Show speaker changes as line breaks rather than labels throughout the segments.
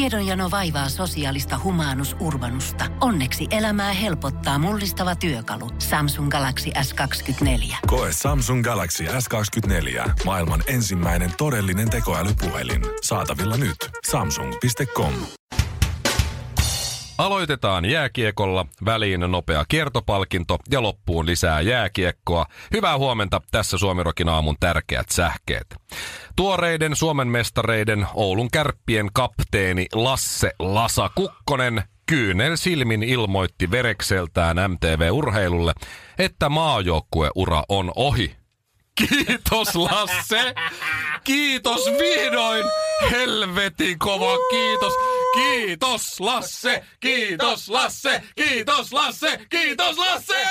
Tiedonjano vaivaa sosiaalista humanus urbanusta. Onneksi elämää helpottaa mullistava työkalu. Samsung Galaxy S24.
Koe Samsung Galaxy S24. Maailman ensimmäinen todellinen tekoälypuhelin. Saatavilla nyt. Samsung.com.
Aloitetaan jääkiekolla, väliin nopea kiertopalkinto ja loppuun lisää jääkiekkoa. Hyvää huomenta, tässä Suomirokin aamun tärkeät sähkeet. Tuoreiden Suomen mestareiden Oulun kärppien kapteeni Lasse Lasa Kukkonen kyynel silmin ilmoitti verekseltään MTV-urheilulle, että maajoukkueura on ohi. Kiitos Lasse! Kiitos vihdoin! Helvetin kova kiitos! Kiitos Lasse! Kiitos Lasse! Kiitos Lasse! Kiitos Lasse!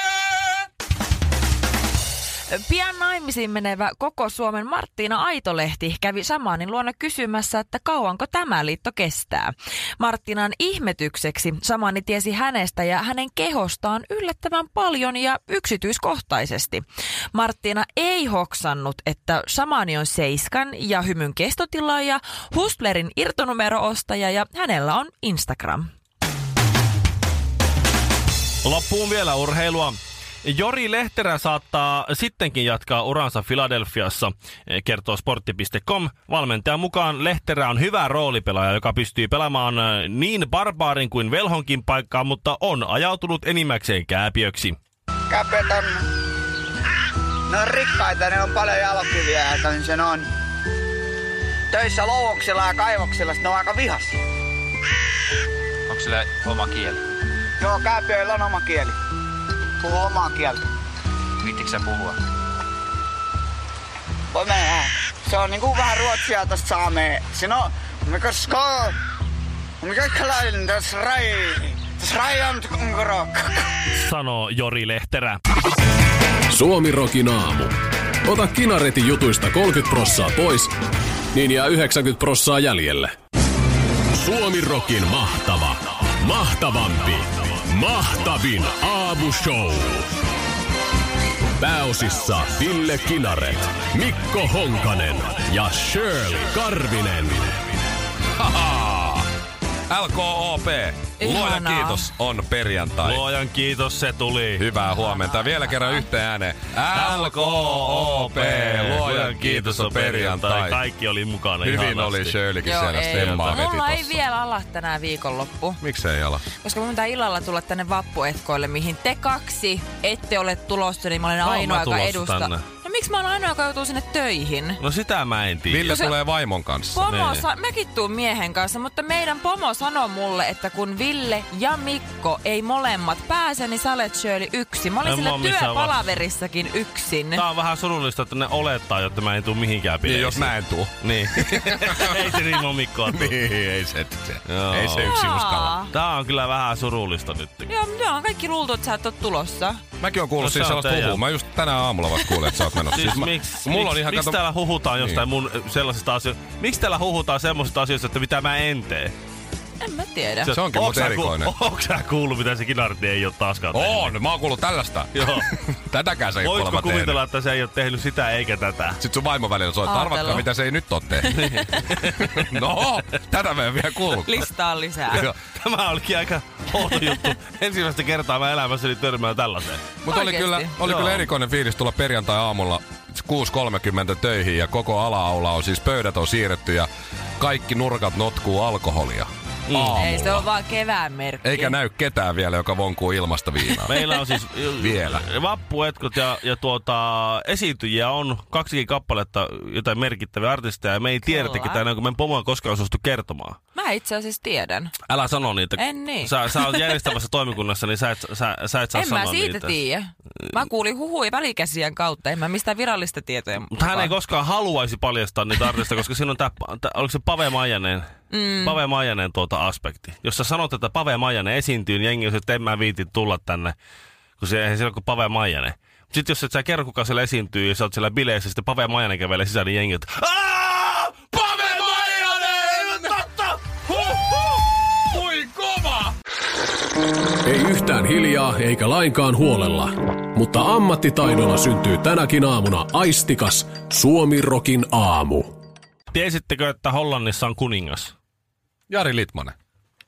Pian naimisiin menevä koko Suomen Marttiina Aitolehti kävi Samanin luona kysymässä, että kauanko tämä liitto kestää. Marttinan ihmetykseksi Samani tiesi hänestä ja hänen kehostaan yllättävän paljon ja yksityiskohtaisesti. Marttiina ei hoksannut, että Samani on seiskan ja hymyn kestotila ja Hustlerin irtonumeroostaja ja hänellä on Instagram.
Loppuun vielä urheilua. Jori Lehterä saattaa sittenkin jatkaa uransa Filadelfiassa, eh, kertoo sportti.com. Valmentajan mukaan Lehterä on hyvä roolipelaaja, joka pystyy pelaamaan niin barbaarin kuin velhonkin paikkaa, mutta on ajautunut enimmäkseen kääpiöksi.
Käpet on... Ne on rikkaita, ne on paljon jalokiviä, että niin sen on. Töissä louhoksilla ja kaivoksilla, sit ne on aika vihas.
Onko sillä oma kieli?
Joo, kääpiöillä on oma kieli. Puhuu omaa kieltä.
Viittikö sä puhua?
Voi mennä. Se on niinku vähän ruotsia tosta saamee. Siinä on... Mikä ska... Mikä kalainen tässä rai... Tässä rai on kunkurokka.
Sanoo Jori Lehterä.
Suomirokin aamu. Ota kinaretin jutuista 30 prossaa pois, niin jää 90 prossaa jäljelle. Suomirokin mahtava, mahtavampi, mahtavin aamushow. Pääosissa Ville Kinaret, Mikko Honkanen ja Shirley Karvinen.
LKOP, luojan
Ihanaa.
kiitos, on perjantai.
Luojan kiitos, se tuli.
Hyvää huomenta. Vielä kerran yhteen ääneen. LKOP, luojan kiitos, on perjantai.
Kaikki oli mukana
Hyvin
ihanasti.
oli Shirleykin siellä stemmaa veti
Mulla ei
tossa.
vielä ala tänään viikonloppu.
Miksei ala?
Koska mun pitää illalla tulla tänne vappuetkoille, mihin te kaksi ette ole tulossa, niin mä olen
Oon
ainoa,
mä
joka
tulossa
edustaa.
tänne.
No miksi mä oon ainoa, joka joutuu sinne töihin?
No sitä mä en tiedä.
Ville
se-
tulee vaimon kanssa.
Pomo,
niin.
sa- mäkin tuun miehen kanssa, mutta meidän pomo sanoi mulle, että kun Ville ja Mikko ei molemmat pääse, niin sä olet Shirley yksin. Mä olin
En
sillä
mä oo missään
työpalaverissakin yksin.
Tää on vähän surullista, että ne olettaa, että mä en tuu mihinkään
Niin,
bileisiin.
jos mä en tuu.
Niin. ei se Rimo Mikkoa tuu.
Niin, ei se, se
Joo.
ei se yksin uskalla.
Jaa.
Tää on kyllä vähän surullista nyt.
Siis
Joo, joo, on kaikki luultu, että sä et ole tulossa.
Mäkin oon
No,
kuullut
se
siis
on
sellaista
teidän-
huhua. Mä just tänään aamulla vasta kuulin, että sä oot menossa.
Siis
mä,
miksi
mulla on
miksi-
ihan
miksi
kato- Niin.
täällä huhutaan jostain mun eh, sellaisista asioista? Miksi täällä huhutaan semmoisista asioista, että mitä mä en tee?
En mä tiedä.
Se onkin
Oot
muuten
sä ku-
erikoinen.
Oot sä kuullut, mitä se kinarti ei ole taaskaan tehnyt?
On, mä oon kuullut tällaista.
Joo.
Tätäkään se ei ole
Voitko
kuulemma
kuvitella,
tehnyt.
että se ei ole tehnyt sitä eikä tätä?
Sitten sun vaimo välillä soittaa.
Aatelu.
Arvatkaa, mitä se ei nyt oo tehnyt.
Niin.
no, tätä mä en vielä kuullut.
Listaa lisää.
Joo.
Tämä olikin aika outo juttu. Ensimmäistä kertaa mä elämässäni törmään tällaiseen.
Mutta oli,
Oikeesti?
kyllä, oli
Joo.
kyllä erikoinen fiilis tulla perjantai-aamulla 6.30 töihin ja koko ala-aula on siis pöydät on siirretty ja kaikki nurkat notkuu alkoholia.
Ei se ole vaan kevään merkki.
Eikä näy ketään vielä, joka vonkuu ilmasta viinaa.
Meillä on siis
Vielä.
vappuetkot ja, ja tuota, esiintyjiä on kaksikin kappaletta, jotain merkittäviä artisteja. Ja me ei tiedetä
Kyllä.
ketään, kun meidän pomo ei koskaan suostu kertomaan.
Mä itse asiassa tiedän.
Älä sano niitä.
En niin.
Sä, sä oot järjestävässä toimikunnassa, niin sä et, sä, sä et saa
en
sanoa
mä siitä
niitä.
tiedä. Mä kuulin huhuja välikäsien kautta, en mä mistään virallista tietoja.
Mutta hän ei koskaan haluaisi paljastaa niitä artisteja, koska siinä on tämä, oliko se Pave Majanen, mm. Pave Majanen tuota aspekti. Jos sä sanot, että Pave Majanen esiintyy, niin jengi on se, että en mä viiti tulla tänne, kun se ei silloin kuin Pave Majanen. Sitten jos et sä kerro, kuka siellä esiintyy, ja sä oot siellä bileissä, sitten Pave Majanen kävelee sisään, niin jengi on, että "Aa, Pave Majanen! Totta! Huhhuh! Kui kova!
Ei yhtään hiljaa eikä lainkaan huolella, mutta ammattitaidolla syntyy tänäkin aamuna aistikas Suomirokin aamu.
Tiesittekö, että Hollannissa on kuningas?
Jari Litmanen.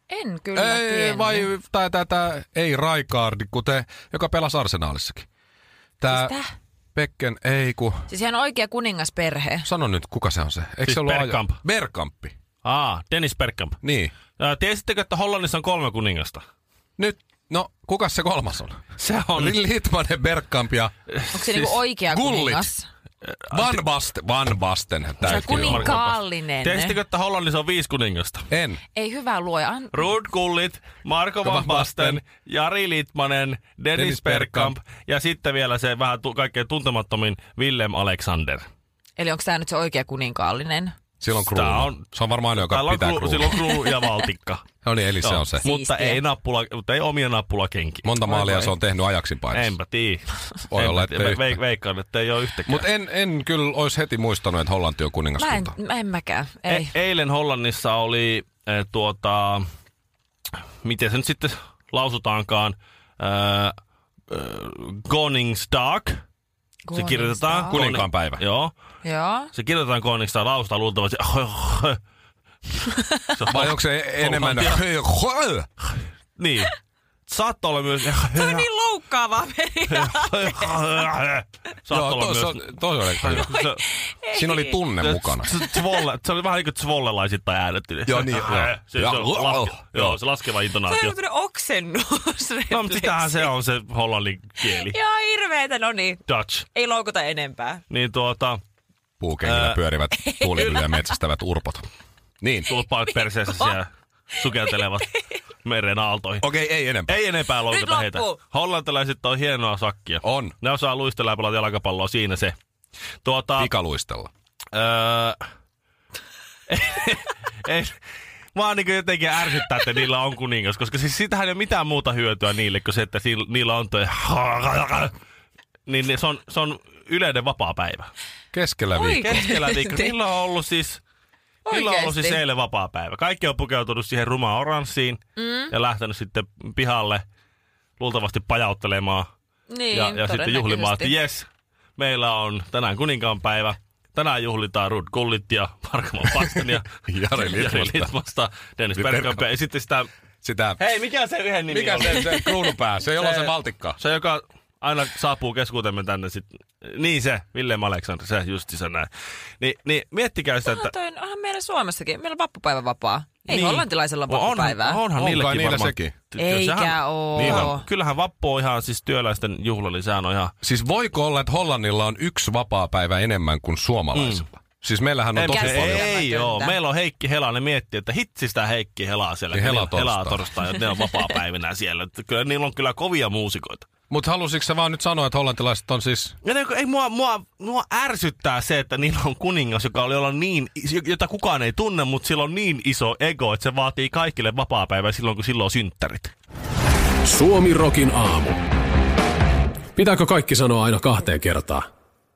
En kyllä
Ei,
tiennyt.
vai tai tää, tää, ei Raikaardi, kuten, joka pelasi Arsenaalissakin. Tää
Siis tää?
Pekken, ei ku,
Siis ihan oikea kuningasperhe.
sano nyt, kuka se on se? Eikö
Siis
se ollut ajo-
Bergkamp.
Bergkamppi,
Aa, Dennis Bergkamp.
niin.
Ää, Tiesittekö, että Hollannissa on kolme kuningasta?
Nyt, no, kuka se kolmas on?
Se on...
Li- Litmanen, Bergkamp ja
Onko se
Siis
niinku oikea
Gullit.
kuningas?
Van Basten. Van Basten
Se
täytyy
on
olla.
kuninkaallinen.
Tiesittekö, että Hollannissa on viisi kuningasta?
En.
Ei hyvä luoja. An-
Ruud Gullit, Marko Van Basten, Jari Litmanen, Dennis
Dennis
Bergkamp ja sitten vielä se vähän tu- kaikkein tuntemattomin Willem Alexander.
Eli onko tämä nyt se oikea kuninkaallinen?
Silloin
Tää
kruunu.
on-
On, se on varmaan ainoa, joka
Täällä on
pitää
kru-
kruunu.
silloin kruu ja valtikka.
No niin, eli se
Joo.
on se.
Mutta
Siistiä.
ei, nappula, mutta ei omia nappulakenkiä.
Monta maalia se on tehnyt ajaksin paidassa.
Enpä tii.
Voi
Enpä
olla,
tii.
ettei
Mä veik- veikkaan, että ei ole yhtäkään.
Mutta en, en kyllä olisi heti muistanut, että Hollanti on
Mä en,
kuningaskunta.
mä en mäkään.
E-
Ei.
eilen Hollannissa oli äh, tuota, miten se nyt sitten lausutaankaan, äh, äh, Koningsdag. Se
Kuningas-
kirjoitetaan.
Kuninkaan päivä.
Joo.
Joo.
Se kirjoitetaan Koningsdag, lausutaan luultavasti. Se on-
Vai onko se enemmän...
Niin. Saattaa olla myös...
Toi on niin loukkaavaa periaatteessa.
Saattaa olla
toi,
myös...
se on- toi oli kyllä.
Se-
Siinä oli tunne
se-
mukana.
Se, tvolle, se oli vähän niin kuin tvollelaisittain äänetty.
Joo, niin, joo.
Se, se,
Ja-
se, on laske, joo, se laskeva
Se
intonaatio.
on tämmönen oksennus.
No, mutta sitähän se on se hollannin kieli.
Ihan hirveetä, no niin.
Dutch.
Ei loukuta enempää.
Niin tuota,
Puukengillä pyörivät tuulilla ja metsästävät urpot. Niin.
tulppaat perseessä siellä sukeltelevat meren aaltoihin.
Okei, ei enempää.
Ei enempää loukata
Nyt
heitä.
loppuu.
Hollantilaiset on hienoa sakkia.
On.
Ne osaa luistella ja pelata jalkapalloa, siinä se. Tuota,
Pikaluistella.
Öö, ei, mä oon niin jotenkin ärsyttää, että niillä on kuningas, koska siis sitähän ei ole mitään muuta hyötyä niille kuin se, että siil- niillä on toi... Niin niin se on, se on yleinen vapaa päivä.
Keskellä viikkoa.
Keskellä viikkoa. Niillä on ollut siis... Niillä on ollut siis
Oikeesti?
eilen vapaa päivä. Kaikki on pukeutunut siihen rumaan oranssiin mm. ja lähtenyt sitten pihalle luultavasti pajauttelemaan
Niin,
ja, ja sitten
todennäköisesti.
juhlimaan, että jes, meillä on tänään kuninkaan päivä. Tänään juhlitaan Rud Gullit ja Markman Pasten ja
Jari Litmasta.
Litmasta, Dennis
Litmasta.
Bergkamp ja sitten sitä,
Sitä...
hei mikä se yhden nimi
Mikä
oli?
se, se kruunupää? Se, jolla on se maltikka.
Se, joka aina saapuu keskuutemme tänne sit. Niin se, Ville Aleksander, se justi se näin. Ni, niin miettikää sitä, että...
Onhan, toi, onhan meillä Suomessakin. Meillä on vappupäivä vapaa. Ei
Niin.
niin. hollantilaisella ole vappupäivää.
Onhan, onhan
Onkaan
niilläkin
niillä
varmaan.
sekin.
Eikä oo.
Niin on. Kyllähän vappu on ihan siis työläisten juhla, niin sehän on ihan...
Siis voiko olla, että Hollannilla on yksi vapaa päivä enemmän kuin suomalaisilla? Mm. Siis meillähän on
Ei,
tosi
ei,
paljon.
Ei
Käsittämätöntä.
joo, meillä on Heikki Helanen miettii, että hitsistä Heikki helaa siellä.
Niin helaa
Niillä- helaa
torstai.
torstai, että ne on vapaa-päivinä siellä. Että kyllä niillä on kyllä kovia muusikoita.
Mutta halusitko sä vaan nyt sanoa, että hollantilaiset on siis...
Ja ne, ei mua, mua, mua ärsyttää se, että niillä on kuningas, joka oli olla niin, is- jota kukaan ei tunne, mutta sillä on niin iso ego, että se vaatii kaikille vapaa-päivää silloin, kun silloin on synttärit.
Suomi Rokin aamu. Pitääkö kaikki sanoa aina kahteen kertaan?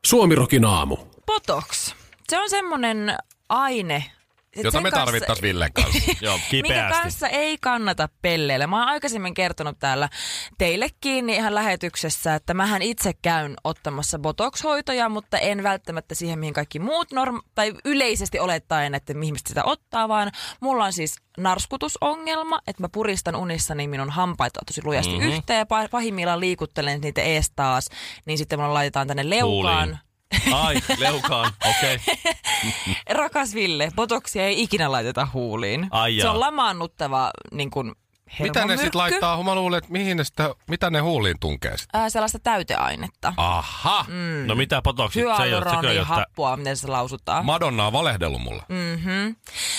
Suomi Rokin aamu.
Botox. Se on semmoinen aine. et
Jota
sen
me
kanssa-
tarvittaisiin Villen kanssa.
Joo,
Minkä kanssa ei kannata pelleillä. Mä oon aikaisemmin kertonut täällä teillekin niin ihan lähetyksessä, että mähän itse käyn ottamassa botox-hoitoja, mutta en välttämättä siihen, mihin kaikki muut norm- tai yleisesti olettaen, että ihmiset sitä ottaa, vaan mulla on siis narskutusongelma, että mä puristan unissani niin minun hampaita tosi lujasti mm-hmm. yhteen ja pah- pahimmillaan liikuttelen niitä ees taas, niin sitten mulla laitetaan tänne leukaan.
Huuliin. Ai, leukaan, okei. Okay.
Rakas Ville, botoksia ei ikinä laiteta huuliin.
Ai
se
jaa.
on lamaannuttava niin kuin
mitä ne
hermomyrkky.
sitten laittaa? Mä luulen, että mihin ne sitä, mitä ne huuliin tunkee sit?
Ää, sellaista täyteainetta.
Aha!
No mitä potoksit? Ah, Se ei ole, sekö ei
Hyaluronia,
ole tää-
happoa, miten se lausutaan. Ma-
Madonna on valehdellut mulle. Mm.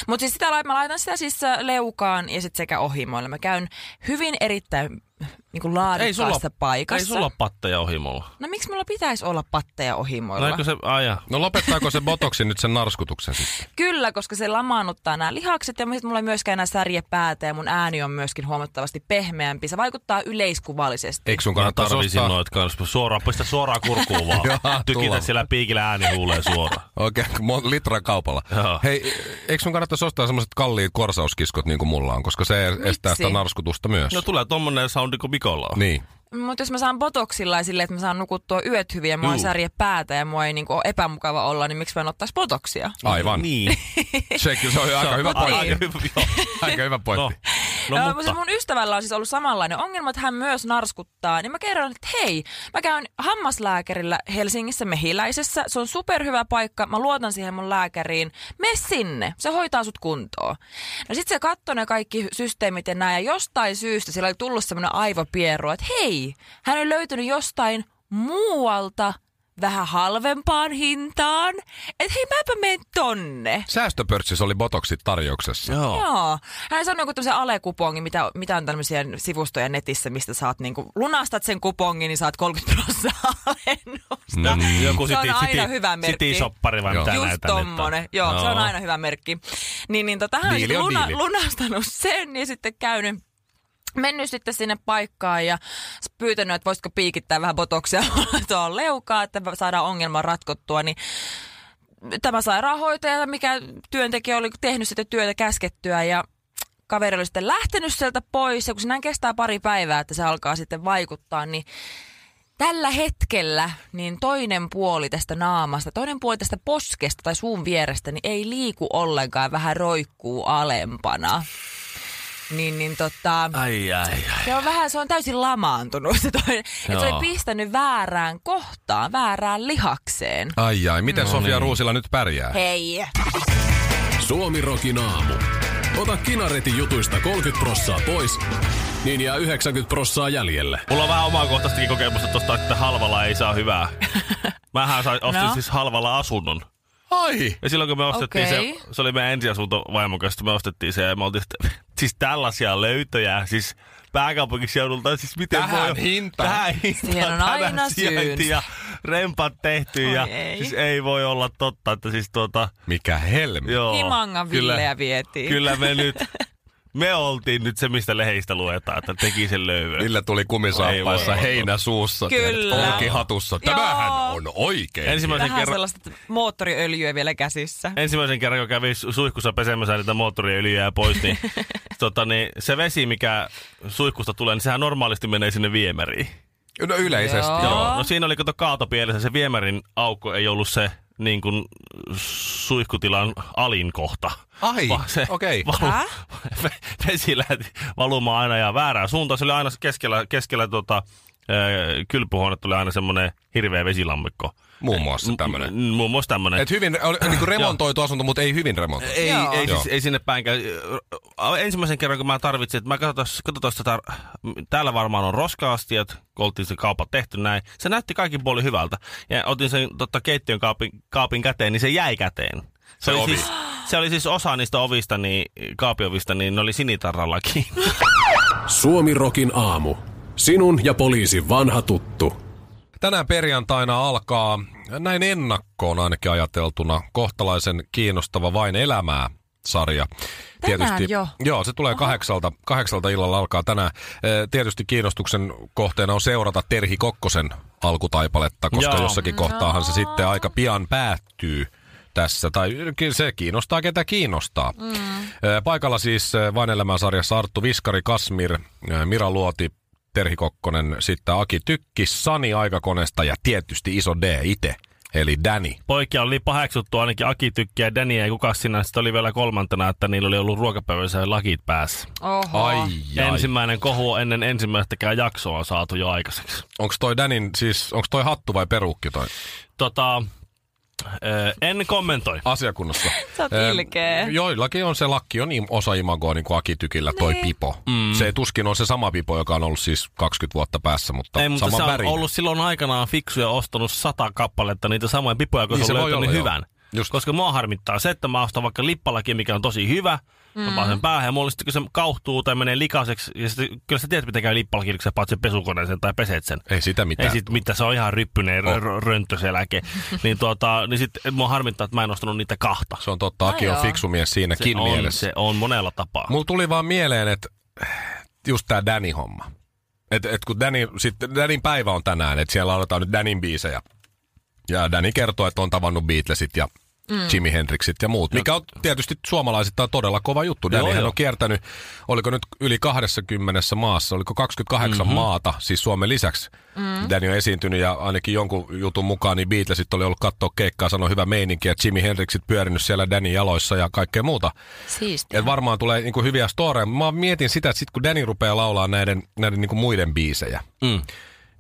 Mutta siis sitä, lait- mä laitan sitä siis ä, leukaan ja sitten sekä ohimoille. Mä käyn hyvin erittäin niin kuin
Ei sulla,
laadikkaasta paikassa.
ei sulla ole patteja ohimolla.
No miksi mulla pitäisi olla patteja ohimoilla?
Näinkö se, aja.
No lopettaako se botoksi nyt sen narskutuksen sitten?
Kyllä, koska se lamaannuttaa nämä lihakset ja sit mulla ei myöskään enää särje päätä ja mun ääni on myöskin huomattavasti pehmeämpi. Se vaikuttaa yleiskuvallisesti.
Eikö sun
Mä
kannata
tarvisin
ostaa?
noit kanssa. Suoraan, pistä suoraan kurkuun vaan.
Jaha,
Tykitä
tulla.
siellä piikillä äänihuuleen suoraan.
Oikein, mon- litran kaupalla.
Joo.
Hei, eikö sun kannattaisi ostaa semmoset kalliit niinku korsauskiskot niin kuin mulla on, koska se estää sitä narskutusta myös.
No tulee tommonen No soundi kuin Mikolla on.
Niin.
Mutta jos mä saan botoksilla ja silleen, että mä saan nukuttua yöt hyvin ja mua ei
Juu.
särje päätä ja mua ei niinku ole epämukava olla, niin miksi mä en ottais botoksia?
Aivan.
Niin.
Se, kyllä se on aika hyvä
Aika
pointti.
hyvä, joo.
Aika hyvä
No,
pointti.
no,
Ö,
mutta.
se mun ystävällä on siis ollut samanlainen ongelma, että hän myös narskuttaa. Niin mä kerron, että hei, mä käyn hammaslääkärillä Helsingissä Mehiläisessä. Se on superhyvä paikka, mä luotan siihen mun lääkäriin. Me sinne, se hoitaa sut kuntoon. No sit se katsoi ne kaikki systeemit ja näin, ja jostain syystä sillä oli tullut semmoinen aivopieru, että hei, hän oli löytynyt jostain muualta vähän halvempaan hintaan. Että hei, mäpä menen tonne.
Säästöpörssissä oli botoksit tarjouksessa.
Joo.
Joo. Hän sanoi joku tämmöisen alekupongin, mitä, mitä on tämmöisiä sivustoja netissä, mistä saat niinku, lunastat sen kupongin, niin saat 30 prosenttia alennusta.
No, niin. Joku
se on
city-
aina
city-
hyvä merkki.
City-soppari vai
Joo.
mitä
Just
näitä nyt on.
tommonen. Joo, se on aina hyvä merkki. Niin, niin tota, hän on,
Diili
sitten
on
luna,
diili.
lunastanut sen ja sitten käynyt mennyt sitten sinne paikkaan ja s- pyytänyt, että voisiko piikittää vähän botoksia tuohon leukaan, että saadaan ongelma ratkottua, niin tämä sairaanhoitaja, mikä työntekijä oli tehnyt sitten työtä käskettyä ja kaveri oli sitten lähtenyt sieltä pois ja kun se näin kestää pari päivää, että se alkaa sitten vaikuttaa, niin tällä hetkellä niin toinen puoli tästä naamasta, toinen puoli tästä poskesta tai suun vierestä, niin ei liiku ollenkaan, vähän roikkuu alempana. Niin, niin tota,
Ai, ai, ai.
se on vähän, se on täysin lamaantunut se toinen. Että se
Joo.
oli pistänyt väärään kohtaan, väärään lihakseen.
Ai ai,
No
miten Sofia
niin.
Ruusila nyt pärjää?
Hei!
Suomi Rokin aamu. Ota kinaretin jutuista 30 prossaa pois, niin jää 90 prossaa jäljelle.
Mulla on vähän omakohtaistakin kokemusta tosta, että halvalla ei saa hyvää. Mähän sain, ostin
No.
siis halvalla asunnon.
Ai!
Ja silloin kun me ostettiin
Okei.
okay. se, se oli meidän ensiasunto vaimon kanssa, me ostettiin se ja me oltiin, sit- siis tällaisia löytöjä, siis pääkaupunkiseudulta, siis miten
Tähän
voi,
hintaan.
Tähän hintaan.
Siihen on
tänään
aina
sijainti
syynsä.
Ja rempat tehty
Oi
ja
ei.
siis ei voi olla totta, että siis tuota,
Mikä helmi.
joo.
Himangan
Kyllä.
Villeä vietiin.
Kyllä me nyt, me oltiin nyt se, mistä leheistä luetaan, että teki sen löyvön.
Ville tuli kumisaappaissa
Ei voi.
heinä suussa,
Kyllä.
hatussa.
Joo.
Tämähän on oikein.
Ensimmäisen
Vähän
kerran,
sellaista moottoriöljyä vielä käsissä.
ensimmäisen kerran, kun kävi su- suihkussa pesemässä niitä moottoriöljyjä pois, niin, tota, niin se vesi, mikä suihkusta tulee, niin sehän normaalisti menee sinne viemäriin.
No yleisesti.
Joo.
Joo.
No siinä oli kato kaatopielessä, se viemärin aukko ei ollut se niin kuin, suihkutilan alin kohta.
Ai,
Vaan se
okei.
Valu, vesi lähti valumaan aina ja väärään suuntaan. Se oli aina keskellä, keskellä tota, ö, kylpyhuonetta oli aina semmoinen hirveä vesilammikko.
Muun muassa tämmönen.
M- muun muassa tämmöinen.
Et hyvin niin remontoitu asunto, mutta ei hyvin remontoitu.
Ei,
Joo.
ei,
Joo.
siis, ei sinne päin käy. Ö, Ensimmäisen kerran, kun mä tarvitsin, että mä katsotaan, katsotaan sitä, äh, täällä varmaan on roskaastiat, kun oltiin se kaupat tehty näin. Se näytti kaikin puolin hyvältä. Ja otin sen totta, keittiön kaapin, kaapin käteen, niin se jäi käteen. Se,
Se
oli
ovi.
siis, se oli siis osa niistä ovista, niin, kaapiovista, niin ne oli sinitarrallakin.
Suomi Rokin aamu. Sinun ja poliisin vanha tuttu.
Tänään perjantaina alkaa, näin ennakkoon ainakin ajateltuna, kohtalaisen kiinnostava Vain elämää sarja.
Tänään jo?
Joo, se tulee kahdeksalta, kahdeksalta illalla alkaa tänään. Eh, Tietysti kiinnostuksen kohteena on seurata Terhi Kokkosen alkutaipaletta, koska
Joo.
jossakin kohtaahan se sitten aika pian päättyy tässä. Tai ki- se kiinnostaa, ketä kiinnostaa. Mm. Paikalla siis eh, Vain elämää sarjassa Arttu Viskari, Kasmir, eh, Mira Luoti, Terhi Kokkonen, sitten Aki Tykki, Sani Aikakonesta ja tietysti iso D itse, eli Dani.
Poikia oli paheksuttu ainakin Aki Tykki ja Dani ei kukaan sinä. Sitten oli vielä kolmantena, että niillä oli ollut ruokapäivässä lakit päässä.
Oho.
Ensimmäinen kohu on ennen ensimmäistäkään jaksoa on saatu jo aikaiseksi.
Onko toi Danin, siis onko toi hattu vai peruukki toi?
Tota, ö, en kommentoi.
Asiakunnassa.
Sä oot
Ö,
ilkeä.
Joillakin on se lakki, on im- osa imagoa niin kuin akitykillä toi pipo. Mm. Se tuskin on se sama pipo, joka on ollut siis 20 vuotta päässä, mutta,
Ei, mutta
sama
se on
väri.
ollut silloin aikanaan fiksu ja ostanut sata kappaletta niitä samoja pipoja, kun
Niin
niin se
se
on
voi
löytänyt
olla,
hyvän.
joo. Just.
Koska mua harmittaa se, että mä ostan vaikka lippalakin, mikä on tosi hyvä, mm. mä panen sen päähän ja mulla sitten, kun se kauhtuu tai menee likaiseksi, ja sitten, kyllä sä tiedät, miten käy lippalakin, kun sä paat sen pesukoneeseen tai peset sen.
Ei sitä
Ei
mitään.
sit mitä, se on ihan ryppyneen
On.
oh. rönttö sen jälkeen. niin tuota, niin sit mua harmittaa, että mä en ostanut niitä kahta.
Se on totta, Aki
No
on
joo.
fiksu mies
se
siinäkin
on,
mielessä.
se on monella tapaa.
Mulla tuli vaan mieleen, että just tää Danny-homma. Et, et kun Danny, sit, Danin päivä on tänään, että siellä lauletaan nyt Danin biisejä. Ja Danny kertoo, että on tavannut Beatlesit ja Mm. Jimi Hendrixit ja muut, mikä on tietysti suomalaisittain todella kova juttu.
Joo,
Dannyhän
joo.
on kiertänyt, oliko nyt yli 20 maassa, oliko 28 mm-hmm. maata, siis Suomen lisäksi. Mm. Danny on esiintynyt ja ainakin jonkun jutun mukaan niin Beatlesit oli ollut katsoa keikkaa, sanoi hyvä meininki ja Jimi Hendrixit pyörinyt siellä Danny jaloissa ja kaikkea muuta.
Siistiä.
Et varmaan tulee niinku hyviä storeja. Mä mietin sitä, että sit kun Danny rupeaa laulaa näiden, näiden niinku muiden biisejä,
Mm.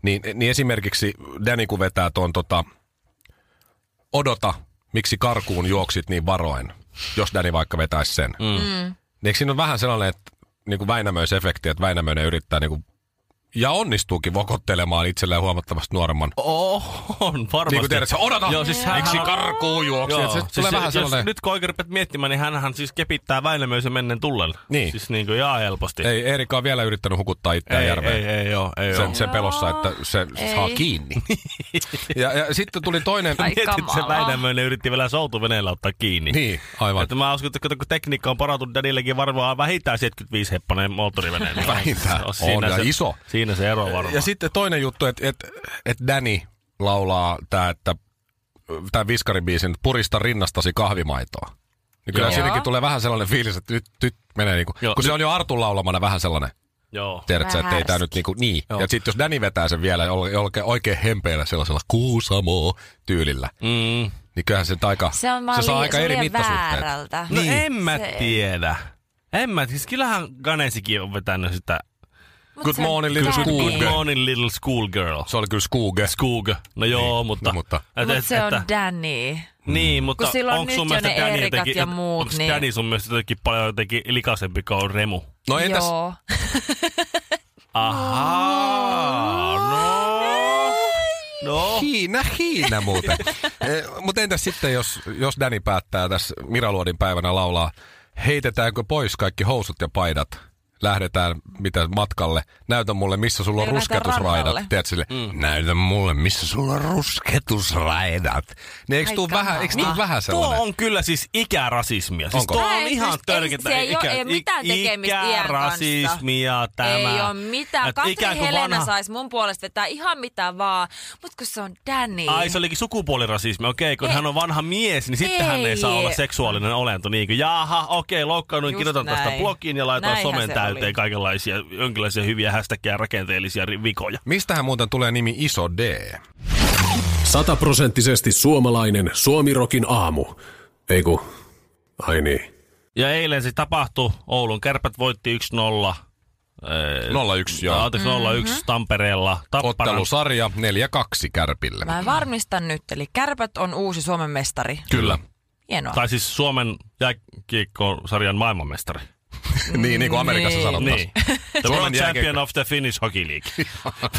niin, niin esimerkiksi Danny kun vetää tuon tota, odota, miksi karkuun juoksit niin varoen, jos Danny vaikka vetäisi sen. Mm. Niin eikö siinä on vähän sellainen, että niinku Väinämöisefekti, että Väinämöinen yrittää niinku, ja onnistuukin vokottelemaan itselleen huomattavasti nuoremman.
Oh, on varmasti.
Niin kuin tiedät, sä odota,
Joo, siis hän-
miksi
hän-
karkuun juoksi.
Joo,
Joo, se siis tulee vähän
jos
sellainen, nyt...
nyt kun oikein rupeat miettimään, niin hänhän siis kepittää Väinämöisen menneen tullelle.
Niin.
Siis niin kuin jaa helposti.
ei Erika on vielä yrittänyt hukuttaa itseään
ei,
järveen.
ei, ei, joo, ei
sen,
joo.
sen pelossa, että se ei. saa kiinni. ja, ja sitten tuli toinen...
Ai
Mietit, se
kamalaa.
Väinämöinen yritti vielä soutuveneellä ottaa kiinni.
Niin, aivan.
Että mä uskon, että kun tekniikka on parantunut, Danillekin varmaan vähintään 75 heppanen moottoriveneen.
Vähintään.
Se
On, ja
se,
iso.
Siinä se ero varmaan.
Ja sitten toinen juttu, että et, et Danny laulaa tämä, että tämän viskaribiisin, purista rinnastasi kahvimaitoa. Niin kyllä
Joo.
siinäkin tulee vähän sellainen fiilis, että nyt, nyt menee niinku,
Joo,
kun se on jo Artun laulamana vähän sellainen,
Joo.
tiedätkö, että ei tämä nyt niinku, niin. Ja sitten jos Danny vetää sen vielä jollakin oikein hempeillä sellaisella kuusamo tyylillä,
Mm.
niin kyllähän se nyt aika,
Se on
se
vaan
saa
lii-
aika
se on
eri
liian
mittasuhteet.
väärältä.
No
Niin.
en mä
Se-
tiedä. En mä, siis kyllähän Ganesikin on vetänyt sitä
Mut
Good
se on
morning, little
Danny.
school
Good
Kuuge.
Morning Little School Girl.
Se oli kyllä Skuge.
Skuga. No joo,
Niin,
mutta...
no mutta-
et-
Mutta
et-
se on
että-
Danny.
Mm.
Niin, mutta
Kun silloin
onks
nyt
sun
jo
mielestä
ne
Danny
Erikat
jotenkin,
ja
et-
muut,
onks
niin-
Danny sun mielestä jotenkin paljon jotenkin likaisempi kuin Remu?
No entäs,
Joo.
Ahaa, no... No,
Hiina, hiina muuten. Mutta entäs sitten, jos, jos Dani päättää tässä Miraluodin päivänä laulaa, heitetäänkö pois kaikki housut ja paidat? Lähdetään mitä matkalle. Näytä mulle, missä sulla on
Eli lähdetään
rusketusraidat.
rannalle.
Tiedät sille, mm. näytä mulle, missä sulla on rusketusraidat. Niin eikö
Ai
tuu
kamala.
vähän, eikö tuu vähän
Tuo
sellainen?
on kyllä siis ikärasismia. Siis
Onko?
tuo
Tää
on
ei
ihan
siis- ei-
törkeä.
se ei oo- ei mitään tekemistä iän kanssa.
Ikärasismia tämä.
Ei ole mitään.
Et
Katri
ikään kuin
Helena
vanha-
sais mun puolesta vetää ihan mitä vaan, mutta kun se on Danny.
Niin.
Ai se olikin sukupuolirasismi, okei, kun
Ei.
hän on vanha mies, niin sitten hän ei
Ei.
saa olla seksuaalinen olento. Niin kuin, jaha, okei, loukkaannuin,
Just
kirjoitan tästä
näin.
blogiin ja laitan
Näinhän
somen
se
täyteen
oli.
kaikenlaisia, jonkinlaisia hyviä hästäkkiä rakenteellisia ri- vikoja.
Mistähän muuten tulee nimi Iso D?
Sataprosenttisesti suomalainen Suomirokin aamu. Ei ku, ai niin.
Ja eilen se tapahtui, Oulun kärpät voitti 1-0. Ee,
01, joo.
Anteeksi,
Mhm.
0-1 Tampereella. Tapparan
Ottelusarja 4-2 kärpille.
Mä varmistan nyt, eli kärpät on uusi Suomen mestari.
Kyllä.
Hienoa.
Tai siis Suomen jääkiekkosarjan maailmanmestari.
niin, niin kuin Amerikassa
Niin.
sanotaan.
The
Suomen
World Champion
jääkiekko-
of the Finnish Hockey League.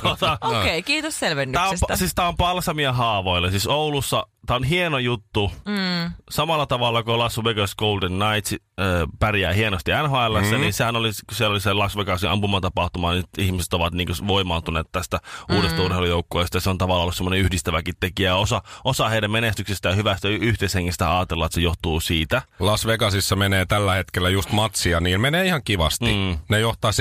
tuota,
Okei, okay, kiitos
tää on,
selvennyksestä.
pa- siis tää on palsamia haavoille. Siis Oulussa, tää on hieno juttu. Mm. Samalla tavalla kuin Las Vegas Golden Knights äh, pärjää hienosti NHL, mm. niin sehän oli, kun siellä oli se Las Vegasin ampumatapahtuma, niin ihmiset ovat niin voimaantuneet tästä uudesta urheilujoukkueesta. Se on tavallaan ollut semmoinen yhdistäväkin tekijä. Osa, osa heidän menestyksestä ja hyvästä y- yhteishengestä ajatellaan, että se johtuu siitä.
Las Vegasissa menee tällä hetkellä just matsia, niin menee ihan kivasti. Mm. Ne johtaa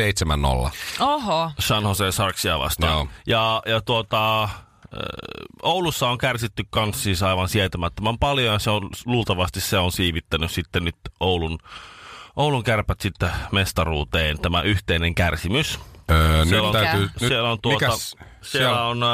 7-0.
Oho.
San Jose Sarksia vastaan.
Joo.
Ja, ja tuota, äh, Oulussa on kärsitty kans siis aivan sietämättömän paljon ja se on, luultavasti se on siivittänyt sitten nyt Oulun, Oulun kärpät sitten mestaruuteen tämä yhteinen kärsimys.
Öö,
Siellä
nyt
on-
täytyy...
Nyt,
Nyt,
siellä on, tuota,
mikäs-
siellä siellä on äh,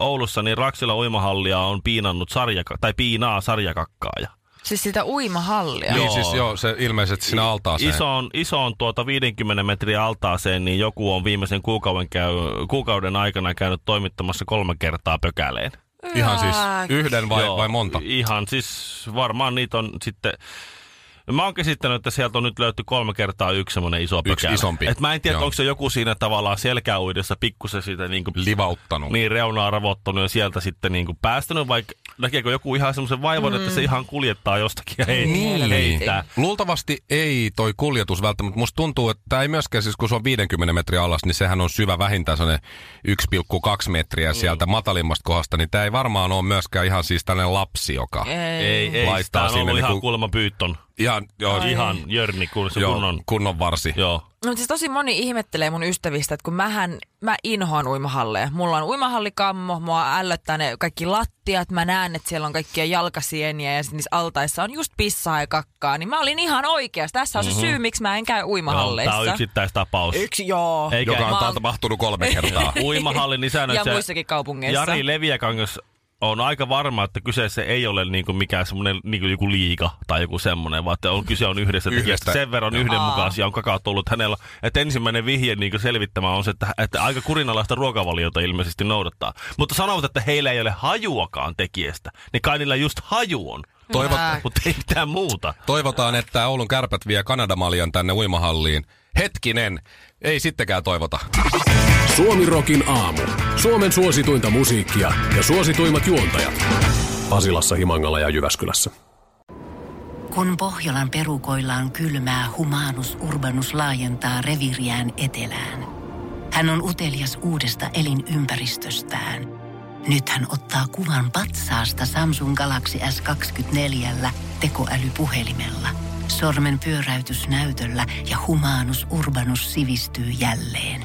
Oulussa, niin Raksilla uimahallia on piinannut sarjaka- tai piinaa sarjakakkaaja.
Siis sitä uimahallia.
Niin
Joo.
siis joo, se ilmeisesti sinä altaaseen.
Isoon, isoon tuota 50 metriä altaaseen, niin joku on viimeisen kuukauden, käy, kuukauden aikana käynyt toimittamassa kolme kertaa pökäleen.
Ihan siis yhden vai,
Joo,
vai monta?
Ihan siis varmaan niitä on sitten... Mä oon käsittänyt, että sieltä on nyt löyty kolme kertaa yksi semmoinen iso
Yksi
pökälä.
isompi.
Et mä en tiedä,
Joo.
onko se joku siinä tavallaan selkäuidessa pikkusen sitä niin kuin
Livauttanut.
niin reunaa ravoittanut ja sieltä sitten niin kuin päästänyt, vaikka näkeekö joku ihan semmoisen vaivan, mm. että se ihan kuljettaa jostakin ja hei,
Niin.
heitää.
Luultavasti ei toi kuljetus välttämättä. Musta tuntuu, että tämä ei myöskään, siis kun se on 50 metriä alas, niin sehän on syvä vähintään sellainen 1,2
Niin.
metriä sieltä matalimmasta kohdasta, niin tämä ei varmaan ole myöskään ihan siis tällainen lapsi, joka...
Ei.
Ei, ei,
Laittaa
Laittaa on
sinne
ollut ihan
niinku-
kuulemma pyytton.
Ihan, joo,
Ihan jörni, kun se
joo,
kun on.
kunnon varsi.
Joo.
No, mutta siis tosi moni ihmettelee mun ystävistä, että kun mähän, mä inhoan uimahalleja. Mulla on uimahallikammo, mua ällöttää ne kaikki lattiat, mä näen, että siellä on kaikkia jalkasieniä ja sit niissä altaissa on just pissaa ja kakkaa. Niin mä olin ihan oikeassa. Tässä on se syy, miksi mä en käy
Joo,
uimahalleissa.
Tämä on yksittäistapaus.
Yksi, joo.
Eikä-
Joka on
Mä
oon...
oon-
tapahtunut kolme kertaa.
Uimahallin
ja
isännöitsä
muissakin kaupungeissa.
Jari Leviäkangas on aika varma, että kyseessä ei ole niinku mikään semmoinen niinku joku liika tai joku semmoinen, vaan että on, kyse on yhdestä,
Yhdestä.
tekijästä. Sen verran yhdenmukaisia on kakao tullut hänellä. Että ensimmäinen vihje niinku selvittämään on se, että, että aika kurinalaista ruokavaliota ilmeisesti noudattaa. Mutta sanovat, että heillä ei ole hajuakaan tekijästä. Niin kai niillä just haju on,
Toivot,
mutta ei mitään muuta.
toivotaan, että Oulun kärpät vie Kanadamaljan tänne uimahalliin. Hetkinen, ei sittenkään toivota.
Suomirokin aamu. Suomen suosituinta musiikkia ja suosituimmat juontajat. Pasilassa, Himangalla ja Jyväskylässä.
Kun Pohjolan perukoillaan kylmää, humanus urbanus laajentaa reviriään etelään. Hän on utelias uudesta elinympäristöstään. Nyt hän ottaa kuvan patsaasta Samsung Galaxy S24 tekoälypuhelimella. Sormen pyöräytys näytöllä ja humanus urbanus sivistyy jälleen.